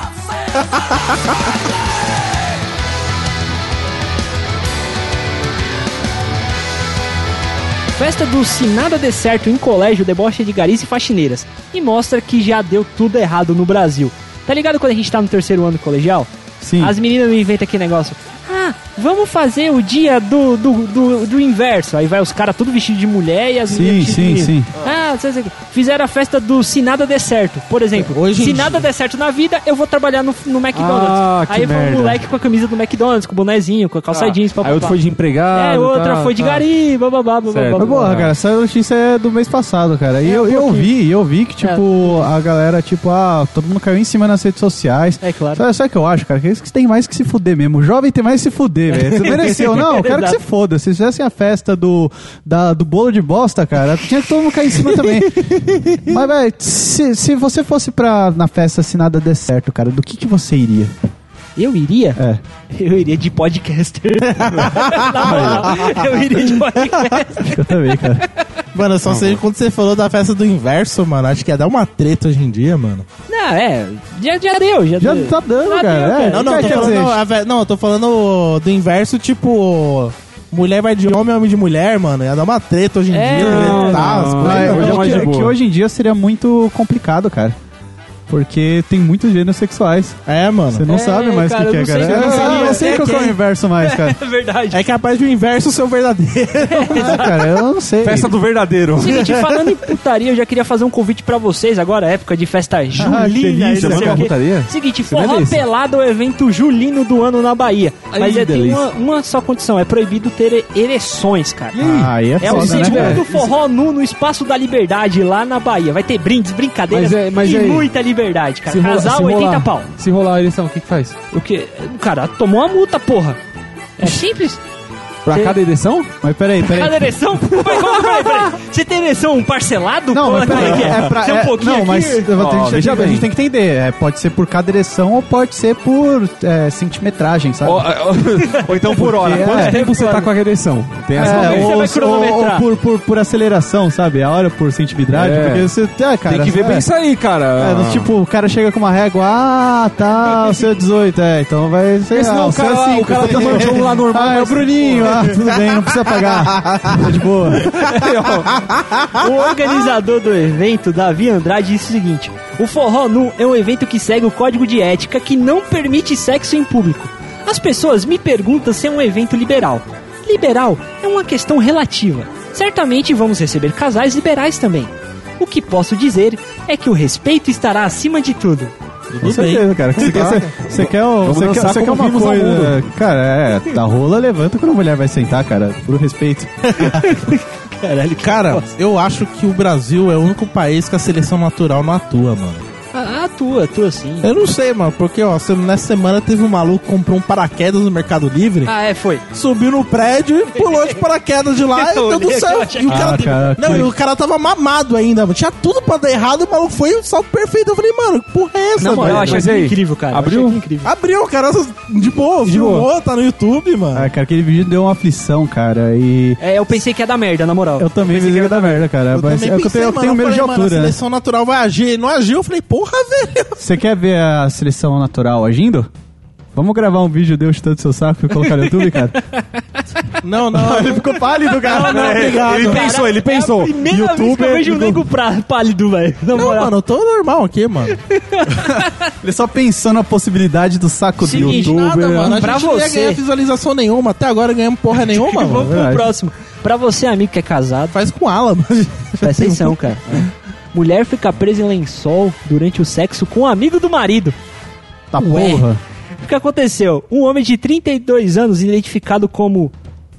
S3: Festa do Se Nada Der Certo em colégio debocha de garis e faxineiras. E mostra que já deu tudo errado no Brasil. Tá ligado quando a gente tá no terceiro ano colegial?
S5: Sim.
S3: As meninas não inventam aquele negócio. Ah, vamos fazer o dia do, do, do, do inverso. Aí vai os caras tudo vestido de mulher e as
S5: Sim,
S3: meninas vestidas
S5: sim,
S3: de menino.
S5: sim.
S3: Ah, não sei o que. Fizeram a festa do Se Nada Der Certo, por exemplo.
S4: É, Hoje em
S3: se
S4: dia-
S3: nada der certo na vida, eu vou trabalhar no, no McDonald's.
S1: Ah, que
S3: Aí foi um
S1: merda.
S3: moleque com a camisa do McDonald's, com o bonezinho, com a calça jeans.
S1: Ah,
S3: papapá.
S1: Aí outro foi de empregado.
S3: É, outra
S1: tá,
S3: foi de
S1: tá.
S3: gari, bababá, bababá.
S1: Certo.
S5: Mas,
S3: bababá.
S5: porra, cara, essa notícia é do mês passado, cara. E
S3: É,
S5: eu,
S3: um
S5: eu
S3: pouquinho.
S5: vi, eu vi que, tipo, a galera, tipo, ah, todo mundo caiu em cima nas redes sociais.
S3: É claro.
S5: Sabe, sabe o que eu acho, cara? Que eles que tem mais que se fuder mesmo. O jovem tem mais que se fuder, velho. Você mereceu. Não, eu quero que
S3: Exato.
S5: se foda. Se fizessem a festa do, da- do bolo de bosta, cara, tinha que todo mundo cair em cima também. Mas, velho, se, se você fosse pra, na festa se nada der certo, cara, do que, que você iria?
S3: Eu iria?
S5: É.
S3: Eu iria de podcaster. Na moral, eu iria de podcaster.
S5: Eu também, cara.
S4: Mano, eu só sei quando você falou da festa do inverso, mano. Acho que ia dar uma treta hoje em dia, mano.
S3: Não, é. Já, já deu, já,
S5: Já
S3: deu.
S5: tá dando,
S3: Já
S5: cara.
S3: deu,
S5: É,
S4: Não, não,
S5: Quer
S4: tô falando,
S5: dizer,
S4: a ve- não, eu tô falando do inverso, tipo. Mulher vai de homem, homem de mulher, mano. Ia dar uma treta hoje em
S3: É,
S4: dia.
S3: não,
S4: tá, as
S1: não,
S5: Ah,
S4: coisas-
S5: é,
S1: Hoje
S5: hoje
S1: é mais de
S5: que,
S1: boa.
S5: que hoje em dia seria muito complicado, cara. Porque tem muitos gêneros sexuais.
S4: É,
S5: Você
S4: mano.
S5: não
S3: É,
S5: sabe mais o
S3: cara,
S5: que, que é,
S3: eu não
S5: cara.
S3: sei, eu não
S5: É,
S3: sabia
S5: eu não sei
S3: até
S5: qual que é
S3: quem.
S5: o inverso mais, cara.
S3: É verdade.
S4: É capaz de o inverso ser o verdadeiro.
S5: Ah, cara, eu não sei.
S1: Festa do verdadeiro.
S3: Seguinte, falando em putaria, eu já queria fazer um convite pra vocês agora, época de festa julina.
S5: Ah, delícia,
S3: não é sei
S1: é mano,
S3: o quê.
S1: putaria?
S3: Seguinte,
S1: é
S3: forró
S1: delícia.
S3: pelado é o evento julino do ano na Bahia. Mas é, tem
S1: delícia.
S3: uma, uma só condição, é proibido ter ereções, cara.
S5: Ah, aí é,
S3: É
S5: foda,
S4: um
S3: o
S5: né,
S3: segundo
S5: cara?
S3: forró nu no Espaço da Liberdade, lá na Bahia. Vai ter brindes, brincadeiras
S1: Mas é- mas
S3: e
S1: aí?
S3: muita liberdade, cara. Casal, 80 pau.
S1: Se rolar a eleição, o que, que faz?
S3: O que? O cara tomou uma multa, porra. É simples.
S1: Pra
S3: Tem-
S1: cada ereção?
S5: Mas peraí, peraí.
S3: Cada ereção? Mas como, peraí, peraí. Você tem ereção parcelado?
S5: Não, mas
S3: Como
S5: peraí,
S3: que
S5: é pra.
S3: Tem um
S5: é-
S3: pouquinho
S5: não,
S3: aqui?
S5: mas eu vou ter
S1: Ó,
S5: que-
S1: veja
S5: a
S1: bem.
S5: gente tem que entender. é, pode ser por cada ereção ou pode ser por é, centimetragem, sabe?
S1: Ou, ou- ou então por hora.
S5: Porque,
S1: Quanto
S5: é.
S1: tempo você tá com a ereção? Tem essa
S5: É,
S1: também.
S3: você vai cronometrar.
S5: por, por, por aceleração, sabe? A hora por centimetragem,
S1: É.
S5: porque você. É, cara,
S1: Tem que ver
S5: é,
S1: bem isso aí, cara.
S5: É, mas, tipo, o cara chega com uma régua, ah, tá, o seu é 18, é, então vai ser.
S1: Porque senão
S5: ah,
S1: o
S5: seu
S1: cara lá- o cara tá no jogo lá normal,
S5: Ah, é o
S1: mas-
S5: Bruninho, ah, tudo bem, não precisa pagar. Tá de boa.
S3: O organizador do evento, Davi Andrade, disse o seguinte: O forró nu é um evento que segue o código de ética que não permite sexo em público. As pessoas me perguntam se é um evento liberal. Liberal é uma questão relativa. Certamente vamos receber casais liberais também. O que posso dizer é que o respeito estará acima de tudo.
S5: Com
S4: Tudo bem.
S5: certeza, cara. que Você quer, você, você quer, um-
S1: Vamos
S5: você quer,
S1: dançar
S5: você quer
S1: como
S5: uma
S1: vimos ao
S5: coisa. Cara, é, da rola levanta quando a mulher vai sentar, cara, por respeito.
S3: Caralho,
S4: Cara, eu acho que o Brasil é o único país que a seleção natural não atua, mano.
S3: Ah, atua, atua sim.
S4: Eu não sei, mano, porque, ó, se- nessa semana teve um maluco que comprou um paraquedas no Mercado Livre,
S3: Ah, é, foi.
S4: subiu no prédio e pulou de paraquedas de lá e
S3: Eu
S4: deu do
S3: olhei
S4: céu.
S3: aquela
S4: E o cara,
S5: Ah, cara,
S4: não,
S5: que-
S4: e o cara tava mamado ainda, mano. Tinha tudo pra dar errado, o maluco foi o salto perfeito. Eu falei, mano, que porra é essa,
S3: Na moral,
S4: velho?
S3: eu achei
S1: mas e aí?
S3: incrível, cara. Eu
S1: Abriu?
S3: achei aquilo incrível.
S4: Abriu, cara, de boa,
S1: De
S4: filmou,
S1: boa.
S4: tá no YouTube, mano.
S5: Ah, cara, aquele vídeo deu uma aflição, cara, e.
S3: É, eu pensei que ia dar merda, na moral.
S5: Eu também vi da merda, cara.
S4: Eu
S5: mas
S4: também
S5: é que eu tenho, eu tenho medo de
S4: falei, mano,
S5: altura.
S4: A
S5: né?
S4: seleção natural vai agir. Ele não agiu, eu falei, porra, velho.
S5: Você quer ver a seleção natural agindo? Vamos gravar um vídeo de eu chutando seu saco e colocar no YouTube, cara?
S4: Não, não.
S5: Ele ficou pálido,
S3: Ah,
S5: cara. É.
S4: não, obrigado.
S1: Ele pensou, ele pensou.
S3: É a primeira vez que eu
S1: Youtuber
S3: vejo um
S1: do-
S3: nego pra- pálido, velho. Na
S4: Não,
S3: moral.
S4: mano, eu tô normal aqui, mano.
S5: Ele é só pensou na possibilidade do saco do
S3: Seguinte,
S5: YouTube.
S3: nada, mano.
S4: A
S3: Pra
S4: gente não ia
S3: você.
S4: ganhar visualização nenhuma. Até agora ganhamos porra nenhuma,
S3: Vamos
S4: mano.
S3: pro
S5: verdade.
S3: próximo. Pra você, amigo que é casado,
S4: Faz com ala, mano.
S3: presta atenção, cara. Mulher fica presa em lençol durante o sexo com um amigo do marido.
S5: Tá
S3: Ué.
S5: porra.
S3: O que aconteceu? Um homem de 32 anos, identificado como.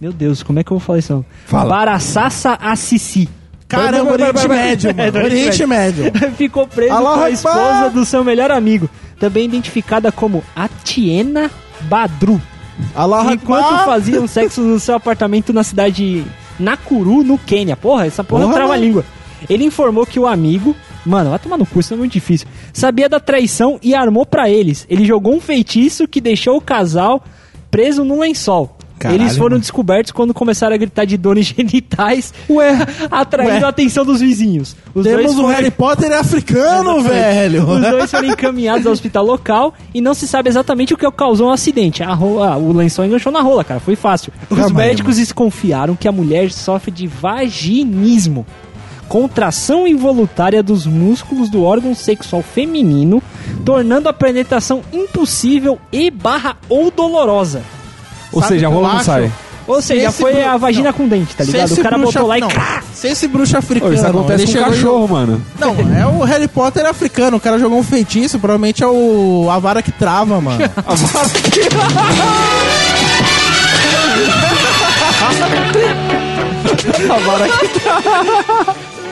S3: Meu Deus, como é que eu vou falar isso? não?
S5: Fala.
S3: Barassassa Assisi.
S4: Caramba, Oriente Médio,
S3: É, do
S4: mano. Oriente Médio.
S3: Ficou preso
S5: Alá,
S3: com a
S5: Akbar.
S3: esposa do seu melhor amigo, também identificada como Atiena Badru.
S5: Alá,
S3: enquanto faziam sexo no seu apartamento na cidade de Nakuru, no Quênia. Porra, essa porra,
S5: Porra,
S3: trava a língua. Ele informou que o amigo, mano, vai tomar no cu, isso é muito difícil. Sabia da traição e armou pra eles. Ele jogou um feitiço que deixou o casal preso num lençol.
S4: Caralho,
S3: eles foram
S4: mano.
S3: descobertos quando começaram a gritar de dores genitais, atraindo
S4: Ué.
S3: a atenção dos vizinhos. Os
S4: Temos
S3: dois
S4: um
S3: foram-
S4: Harry Potter africano, velho.
S3: os dois foram encaminhados ao hospital local e não se sabe exatamente o que causou o acidente. A rola, o lençol enganchou na rola, cara. Foi fácil. Os
S4: Calma aí,
S3: médicos desconfiaram que a mulher sofre de vaginismo. Contração involuntária dos músculos do órgão sexual feminino, tornando a penetração impossível e barra ou dolorosa.
S1: Ou
S4: Sabe
S1: seja, a
S4: o que
S1: rola
S4: eu
S1: não
S4: acho?
S1: sai.
S3: Ou seja,
S4: é esse
S3: foi
S4: bru-
S3: a vagina
S4: não.
S3: com dente, tá
S4: Se
S3: ligado?
S4: esse
S3: O cara
S4: bruxo
S3: botou
S4: af-
S3: lá e...
S4: não.
S3: crá.
S4: Se esse bruxo
S1: Ô,
S4: africano.
S1: Isso acontece
S4: ele
S1: com um
S4: chegou e-
S1: cachorro, mano.
S4: Não, é o Harry Potter africano. O cara jogou um feitiço, provavelmente é o a vara que trava, mano.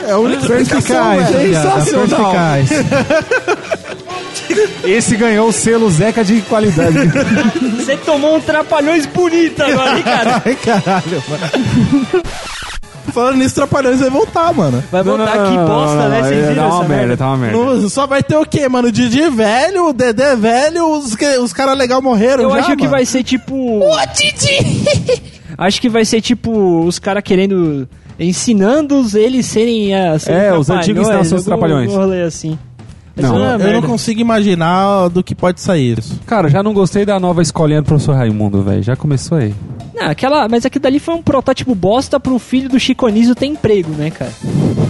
S4: É o único
S5: Perspicaz,
S4: tá Sensacional.
S5: Perspicaz.
S1: Esse ganhou o selo Zeca de qualidade.
S3: Você tomou um trapalhões bonito agora, hein, cara?
S4: Ai, caralho, mano. Falando nisso, Trapalhões vai voltar, mano.
S3: Vai botar Tá aqui bosta, né? Vocês viram
S1: Tá uma
S4: é
S3: essa
S1: merda, tá uma merda.
S4: Não- só vai ter o quê, mano? O Didi velho, o Dedé velho, os, que- os caras legal morreram
S3: Eu
S4: já,
S3: acho que
S4: mano.
S3: vai ser tipo. Ô, acho que vai ser tipo os caras querendo. ensinando os eles serem. ah, serem
S1: É, os
S3: trapalhões,
S1: antigos estavam sendo
S3: algum-
S1: trapalhões.
S3: algum rolê assim. Mas
S1: Não,
S3: é uma
S4: Eu
S3: merda.
S4: não consigo imaginar do que pode sair isso.
S1: Cara, já não gostei da nova escolinha do professor Raimundo, velho. Já começou aí.
S3: Não, aquela, mas aquilo dali foi um protótipo bosta pro filho do Chico Anísio ter emprego, né, cara?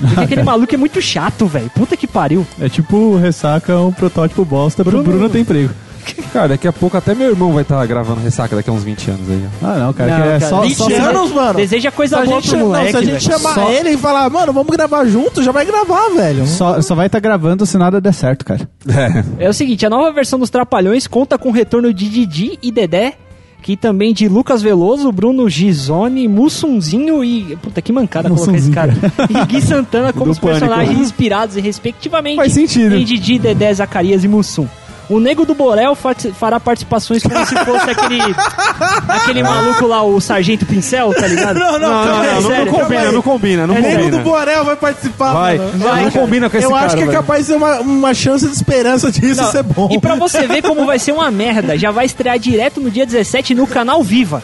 S3: Porque aquele maluco é muito chato, velho. Puta que pariu.
S5: É tipo o ressaca, um protótipo bosta pro Bruno ter emprego.
S1: Cara, daqui a pouco até meu irmão vai estar gravando ressaca daqui a uns 20 anos aí. ó.
S5: Ah, não, cara,
S3: Não,
S5: que é
S3: cara,
S5: só.
S4: 20
S5: só
S4: anos, mano.
S3: Deseja
S4: Se
S3: coisa
S4: a,
S3: boa
S4: gente,
S3: pro
S4: não,
S3: moleque,
S4: se a gente
S3: velho.
S4: chamar
S5: Só-
S4: ele e falar, mano, vamos gravar junto, já vai gravar, velho.
S5: Só, só vai estar gravando se nada der certo, cara.
S3: É o seguinte, a nova versão dos Trapalhões conta com o retorno de Didi e Dedé, que também de Lucas Veloso, Bruno Gisone, Mussunzinho e... Puta, que mancada colocar esse cara. E Gui Santana como
S1: Do
S3: os personagens
S1: Pânico.
S3: inspirados, respectivamente,
S1: Faz sentido.
S3: em Didi, Dedé, Zacarias e Mussum. O Nego do Borel fa- fará participações como se fosse aquele. aquele maluco lá, o Sargento Pincel, tá ligado?
S4: Não, não,
S1: Não,
S4: calma aí,
S1: não, não, não,
S4: sério, calma
S1: combina,
S4: aí.
S1: não combina, não
S3: É
S1: combina.
S4: Nego do Borel vai participar,
S1: Vai,
S4: mano.
S1: não combina com esse
S4: Eu
S1: cara.
S4: acho que é
S1: velho.
S4: capaz de ser uma, uma chance de esperança disso
S3: Não,
S4: ser bom.
S3: E pra você ver como vai ser uma merda, já vai estrear direto no dia 17 no canal Viva.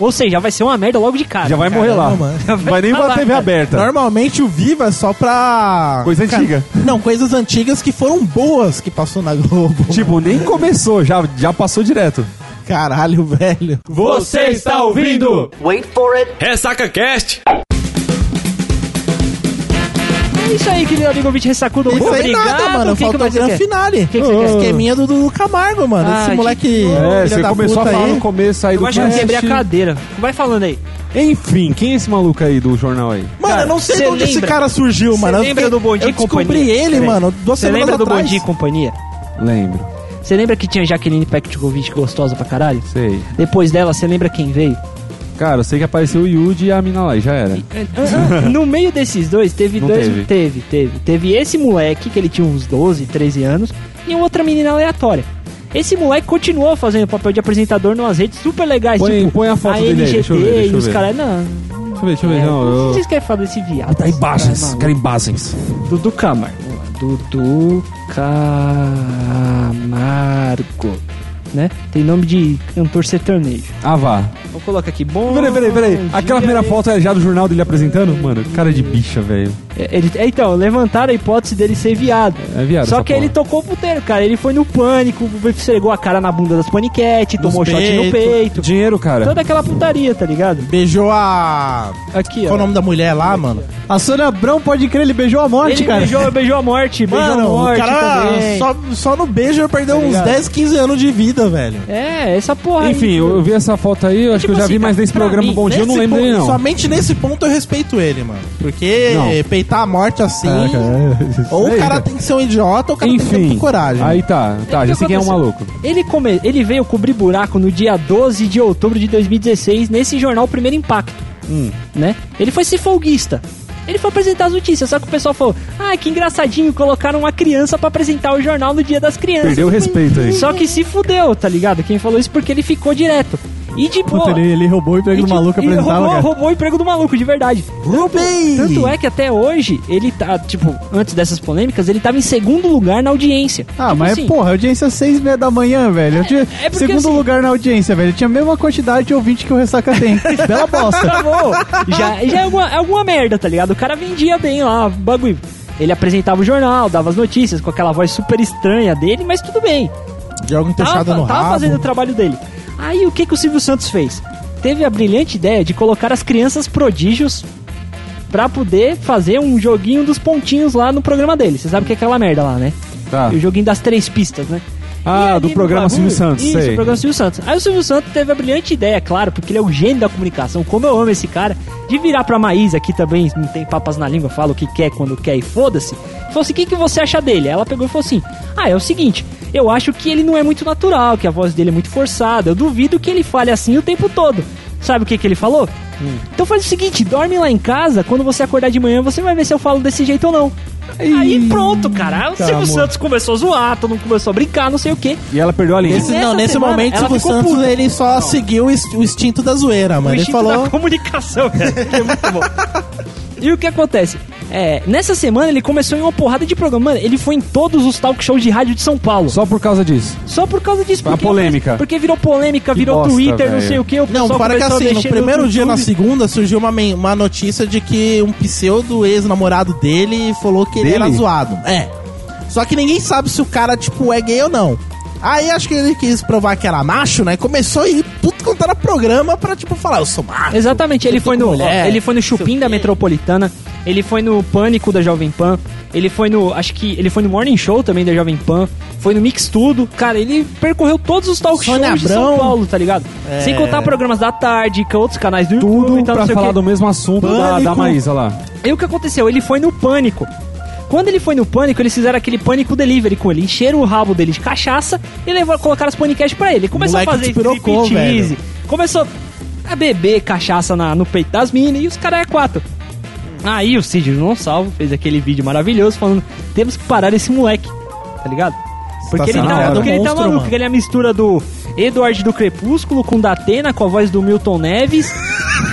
S3: Ou seja, vai ser uma merda logo de cara.
S1: Já vai
S4: Caramba,
S1: morrer lá.
S4: mano.
S1: Não vai nem
S3: Vai
S1: pra
S3: lá,
S1: TV
S3: cara.
S1: aberta.
S4: Normalmente o Viva é só pra.
S1: Coisa antiga.
S4: Não, coisas antigas que foram boas que passou na Globo.
S1: Tipo, nem começou, já, já passou direto.
S4: Caralho, velho.
S1: Você está ouvindo?
S6: Wait for it.
S2: Ressaca Cast.
S3: É isso aí, querido amigo ouvinte ressacudo.
S4: Não
S3: Muito
S4: foi
S3: obrigado.
S4: nada, mano.
S3: O que que
S4: Faltou a
S3: mais você
S4: grande
S3: quer?
S4: finale.
S3: que que você quer?
S4: Esqueminha do Dudu Camargo, mano.
S3: Ah,
S4: Esse
S3: de-
S4: moleque.
S1: É,
S4: filha
S1: você
S4: da
S1: começou a
S4: puta
S1: falar
S4: aí.
S1: no começo aí
S3: Eu
S1: do
S3: acho que eu
S1: cast.
S3: quebrei a cadeira. Vai falando aí.
S1: Enfim, quem é esse maluco aí do jornal aí?
S4: Mano, eu não sei
S3: Cê
S4: de onde esse
S3: lembra?
S4: cara surgiu,
S3: Cê
S4: mano. Eu
S3: lembra
S4: fiquei-
S3: do Bom Dia
S4: Eu
S3: e Companhia?
S4: descobri ele,
S3: Peraí.
S4: mano, duas
S3: Você
S4: semanas
S3: lembra do Bom
S4: atrás.
S3: Dia e Companhia?
S1: Lembro,
S3: Você lembra que tinha Jaqueline Petkovic gostosa pra caralho?
S1: sei.
S3: Depois dela, você lembra quem veio?
S1: Cara, eu sei que apareceu o Yuji e a mina lá, e já era.
S3: no meio desses dois, teve
S1: Não
S3: dois.
S1: teve.
S3: teve, teve. Teve esse moleque, que ele tinha uns 12, 13 anos, e uma outra menina aleatória. Esse moleque continuou fazendo papel de apresentador numas redes super legais,
S1: Põe-
S3: tipo
S1: põe a foto
S3: a
S1: dele aí,
S3: LGT
S1: deixa eu ver, deixa
S3: e
S1: eu
S3: os
S1: ver.
S3: caras. Não,
S1: Deixa eu ver, deixa eu ver.
S3: é,
S1: Não,
S3: o que
S1: eu...
S3: vocês querem falar desse viado?
S1: Tá embaixo,
S3: Vai,
S1: cara, embaixo.
S3: maluco. Dudu Camargo. Dudu Camargo. Né? Tem nome de cantor sertanejo.
S1: Ah, vá.
S3: Vou colocar aqui. Bom.
S1: Peraí, peraí, peraí.
S3: dia,
S1: Aquela primeira foto é já do jornal dele apresentando? Mano, cara de bicha, velho.
S3: É, ele- é, então, levantaram a hipótese dele ser viado.
S1: É viado
S3: Só
S1: essa
S3: que aí
S1: porra.
S3: ele tocou o puteiro, cara. Ele foi no pânico, esfregou a cara na bunda das paniquete, tomou shot no
S4: peitos.
S3: peito.
S1: Dinheiro, cara.
S3: Toda aquela putaria, tá ligado?
S4: Beijou a.
S3: Aqui,
S4: Qual o
S3: ó.
S4: nome da mulher lá, mano?
S5: A Sônia Abrão, pode crer, ele beijou a morte,
S3: Ele
S5: cara.
S3: beijou, beijou a morte, beijou
S4: Mano,
S3: a
S4: o
S3: morte
S4: cara
S3: também. Tá
S4: só, só no beijo ele perdeu uns
S3: ligado?
S4: 10, 15 anos de vida, velho.
S3: É, essa porra
S1: Enfim,
S3: aí.
S1: eu eu vi essa foto aí, eu acho
S3: tipo
S1: que eu já
S3: assim,
S1: vi mais
S3: cara,
S1: desse
S3: pra
S1: programa
S3: mim,
S1: Bom Dia, eu não
S4: Nesse
S1: lembro
S4: ponto-
S1: dele não.
S4: Somente nesse ponto eu respeito ele, mano. Porque
S1: Não.
S4: peitar a morte assim.
S5: Caraca, é-
S4: Ou o
S5: Eita.
S4: cara tem que ser um idiota, ou o cara tem que
S1: Enfim,
S4: ter coragem.
S1: aí tá, tá,
S3: O que
S1: já sei
S5: um
S1: quem é o
S3: aconteceu?
S1: maluco.
S3: assim, Ele, come- ele veio cobrir buraco no dia 12 de outubro de 2016 nesse jornal Primeiro Impacto.
S5: Hum.
S3: Né? Ele foi ser folguista. Ele foi apresentar as notícias, só que o pessoal falou: Ah, que engraçadinho, colocaram uma criança pra apresentar o jornal no dia das crianças.
S1: Perdeu o respeito aí.
S3: Só que se fudeu, tá ligado? Quem falou isso porque ele ficou direto. E de boa.
S5: Puta, ele, ele roubou o emprego
S3: E
S5: do
S3: de-
S5: maluco e
S3: e
S5: apresentava,
S3: roubou,
S5: cara.
S3: roubou o emprego do maluco, de verdade.
S4: Rubem!
S3: Tanto é que até hoje, ele tá, tipo, antes dessas polêmicas, ele tava em segundo lugar na audiência.
S5: Ah,
S3: Tipo
S5: mas
S3: assim,
S5: porra, audiência às seis e meia da manhã, velho. Eu tinha
S3: é porque,
S5: segundo
S3: assim-
S5: lugar na audiência, velho. Eu tinha a mesma quantidade de ouvinte que o Ressaca tem. Bela bosta.
S3: tá bom. Já, já é, alguma, é alguma merda, tá ligado? O cara vendia bem lá, o bagulho. Ele apresentava o jornal, dava as notícias com aquela voz super estranha dele, mas tudo bem.
S4: Joga um
S3: Tava,
S4: teixado no
S3: tava
S4: rabo.
S3: fazendo o trabalho dele. Aí o que, que o Silvio Santos fez? Teve a brilhante ideia de colocar as crianças prodígios pra poder fazer um joguinho dos pontinhos lá no programa dele. Você sabe o que é aquela merda lá, né?
S1: Tá.
S3: O joguinho das três pistas, né? E
S1: Ah,
S3: ali
S1: do
S3: no
S1: programa Silvio
S3: bagulho-
S1: Santos,
S3: Isso, o
S1: sei.
S3: programa Silvio Santos. Aí o Silvio Santos teve a brilhante ideia, claro, porque ele é o gênio da comunicação, como eu amo esse cara, de virar pra Maísa, que também não tem papas na língua, fala o que quer, quando quer e foda-se. Falou assim, o que, que você acha dele? Ela pegou e falou assim, ah, é o seguinte, eu acho que ele não é muito natural, que a voz dele é muito forçada, eu duvido que ele fale assim o tempo todo. Sabe o que, que ele falou? Então faz o seguinte, dorme lá em casa, quando você acordar de manhã, você vai ver se eu falo desse jeito ou não. Aí pronto, cara. O Silvio
S5: amor.
S3: Santos começou a zoar, todo mundo começou a brincar, não sei o quê.
S1: E ela perdeu a linha.
S4: Esse- não,
S3: Nessa
S4: nesse
S3: semana,
S4: momento
S3: ela
S4: o
S3: ficou
S4: Santos
S3: puta.
S4: ele só seguiu o inst- o instinto da zoeira, mano.
S3: o
S4: Ele
S3: instinto da
S4: falou.
S3: comunicação, velho. É muito bom. E o que acontece? É, nessa semana ele começou em uma porrada de programa. Mano, ele foi em todos os talk shows de rádio de São Paulo. Só,
S1: Só por causa disso.
S3: por causa disso.
S1: A
S3: porque-
S1: polêmica.
S3: Porque virou polêmica,
S1: Que
S3: virou
S1: bosta,
S3: Twitter, não
S1: velho.
S3: sei o que. O
S4: Não,
S3: pessoal
S4: para que
S3: começou a
S4: assim, no
S3: mexer
S4: primeiro dia, na
S3: YouTube.
S4: segunda, surgiu uma, men- uma notícia de que um pseudo ex-namorado dele falou que ele
S1: Dele?
S4: era zoado. É. Só que ninguém sabe se o cara, tipo, é gay ou não. Aí acho que ele quis provar que era macho, né? Começou a ir puto contar programa pra, tipo, falar, eu sou macho.
S3: Exatamente, ele
S4: eu tô
S3: foi
S4: com
S3: no
S4: mulher,
S3: ó, ele foi no
S4: não sei o
S3: Chupim da
S4: quê.
S3: Metropolitana, ele foi no Pânico da Jovem Pan, ele foi no, acho que ele foi no Morning Show também da Jovem Pan, foi no Mix Tudo. Cara, ele percorreu todos os talk
S4: Sônia
S3: shows de São
S4: Abrão.
S3: Paulo, tá ligado? Sem contar programas da tarde, com outros canais do YouTube
S1: Tudo
S3: e
S1: pra
S3: tal, Então, não sei o
S1: falar
S3: quê.
S1: do mesmo assunto da, da
S4: Pânico.
S1: Maísa lá.
S3: Aí o que aconteceu? Ele foi no pânico. Quando ele foi no pânico, eles fizeram aquele pânico delivery com ele. Encheram o rabo dele de cachaça e levaram, colocaram os panicasts pra ele. Começou
S4: Moleque
S3: a fazer
S4: despirocou,
S3: striptease,
S4: velho.
S3: começou a beber cachaça na- no peito das minas e os caras é quatro. Aí o Cid Salvo fez aquele vídeo maravilhoso falando: temos que parar esse moleque, tá ligado? Porque
S4: Tá
S3: ele,
S4: sendo
S3: tá,
S4: criado
S3: porque
S4: um
S3: ele tá
S4: monstro,
S3: maluco,
S4: mano.
S3: porque ele é a mistura do Edward do Crepúsculo com Datena, com a voz do Milton Neves,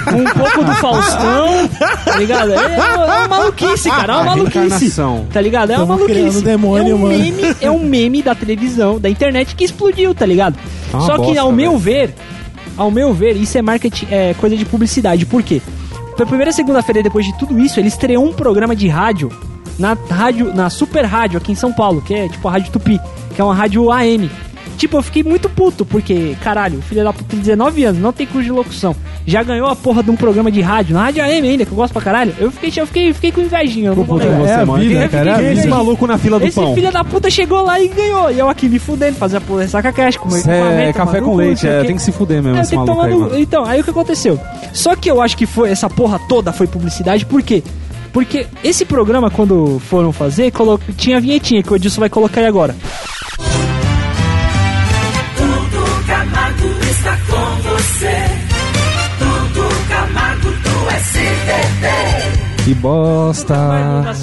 S3: com um pouco do Faustão, tá ligado? É, é uma maluquice, cara, é uma
S1: A
S3: maluquice.
S1: reencarnação.
S3: Tá ligado? É uma
S4: Tamo
S3: maluquice.
S4: criando demônio,
S3: é um
S4: mano.
S3: meme, é um meme da televisão, da internet que explodiu, tá ligado?
S1: Tá uma
S3: Só que
S1: bosta,
S3: ao meu
S1: velho.
S3: ver, ao meu ver, isso é marketing, é coisa de publicidade. Por quê? Pela primeira segunda-feira depois de tudo isso, ele estreou um programa de rádio na rádio, na Super Rádio aqui em São Paulo, que é tipo a Rádio Tupi, que é uma rádio AM. Tipo, eu fiquei muito puto, porque, caralho, o filho da puta tem 19 anos, não tem curso de locução. Já ganhou a porra de um programa de rádio, na Rádio AM ainda, que eu gosto pra caralho. Eu fiquei, eu fiquei, fiquei com invejinha, eu não vou
S1: puto
S3: negar.
S1: com você,
S5: é a
S1: mano.
S5: vida, cara, é a
S1: Quem é esse
S5: vida.
S1: maluco na fila do
S3: Esse
S1: pão?
S3: filho da puta chegou lá e ganhou. E eu aqui me fudendo, fazendo a porra dessa cacash, com
S1: Isso é café com leite, é, tem que se fuder mesmo
S3: é,
S1: esse
S3: tem que
S1: maluco aí,
S3: tomar no-
S1: mano.
S3: Então, aí o que aconteceu? Só que eu acho que foi essa porra toda foi publicidade, por quê? Porque esse programa, quando foram fazer, colo... tinha a vinhetinha que o Edilson vai colocar aí agora.
S6: Tudo Camargo está com você. Tudo Camargo, tu é CTT.
S1: Que bosta. Tá.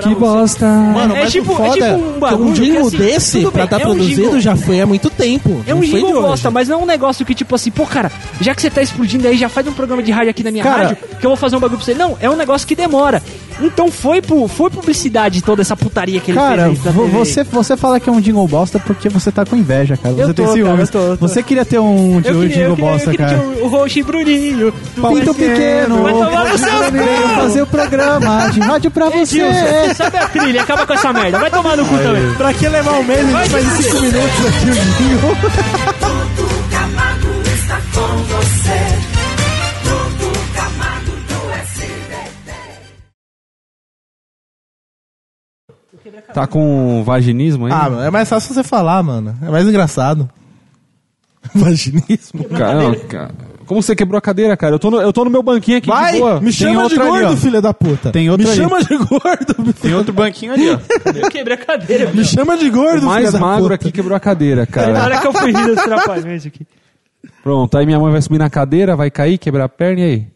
S1: Que
S3: Que bosta.
S1: bosta.
S4: Mano,
S3: É
S4: mas
S3: tipo-
S4: o foda
S3: é tipo um
S4: que
S3: bagulho
S4: um
S3: que,
S4: jingle
S3: assim,
S4: desse,
S3: tudo
S4: pra
S3: bem,
S4: estar
S3: é um
S4: produzido,
S3: jingle.
S4: já foi há muito tempo.
S3: É
S4: não
S3: um
S4: foi de
S3: jingle
S4: hoje.
S3: bosta, mas não é um negócio que tipo assim, pô, cara, já que você tá explodindo aí, já faz um programa de rádio aqui na minha
S5: Cara-
S3: rádio, que eu vou fazer um bagulho pra você. Não, é um negócio que demora. Então foi, pu- foi publicidade toda essa putaria que ele
S5: Cara,
S3: fez. aí na
S5: vo-
S3: TV.
S5: você, você fala que é um jingle bosta porque você tá com inveja, cara. Você
S3: Eu
S5: tem
S3: tô,
S5: ciúmes.
S3: cara, eu tô, eu tô.
S5: Você queria ter um, um
S3: Eu queria,
S5: jingle
S3: eu queria,
S5: bosta,
S3: eu queria
S5: cara.
S3: ter um o Roxo e Bruninho.
S5: Pinto pequeno,
S3: Vai tomar no seu
S5: venho fazer o programa de rádio pra você. é.
S3: Edilson, sobe a trilha, acaba com essa merda. Vai tomar no cu também.
S5: Pra que levar um mês? A gente faz em 5 minutos aqui o jingle.
S6: Tudo Camargo está com você. Tudo Camargo, tu é CTT.
S1: Tá com vaginismo aí?
S4: Ah, mano, é mais fácil você falar, mano. É mais engraçado. Vaginismo.
S1: Cara, não, cara. Como você quebrou a cadeira, cara? Eu tô no, eu tô no meu banquinho aqui de
S4: Vai,
S1: boa.
S4: me
S5: Tem
S4: chama de
S5: outra ali,
S4: gordo,
S5: ó.
S4: filha da puta.
S5: Tem outra
S4: me
S5: ali.
S4: chama de gordo.
S7: Tem outro banquinho ali, ó.
S3: Eu quebrei a cadeira.
S4: Me chama de gordo,
S1: O
S4: filha
S1: mais
S4: da
S1: magro
S4: puta.
S1: aqui quebrou a cadeira,
S3: Na
S1: cara.
S3: hora que eu fui rindo dos trapalhões aqui.
S1: Pronto, aí minha mãe vai subir na cadeira, vai cair, quebrar a perna e aí?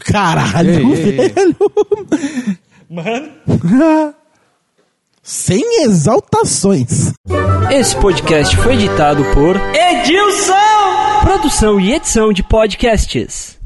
S4: Caralho,
S1: Ei, ei, ei.
S4: velho. Mano. Sem exaltações.
S3: Esse podcast foi editado por Edilson! Produção e edição de podcasts.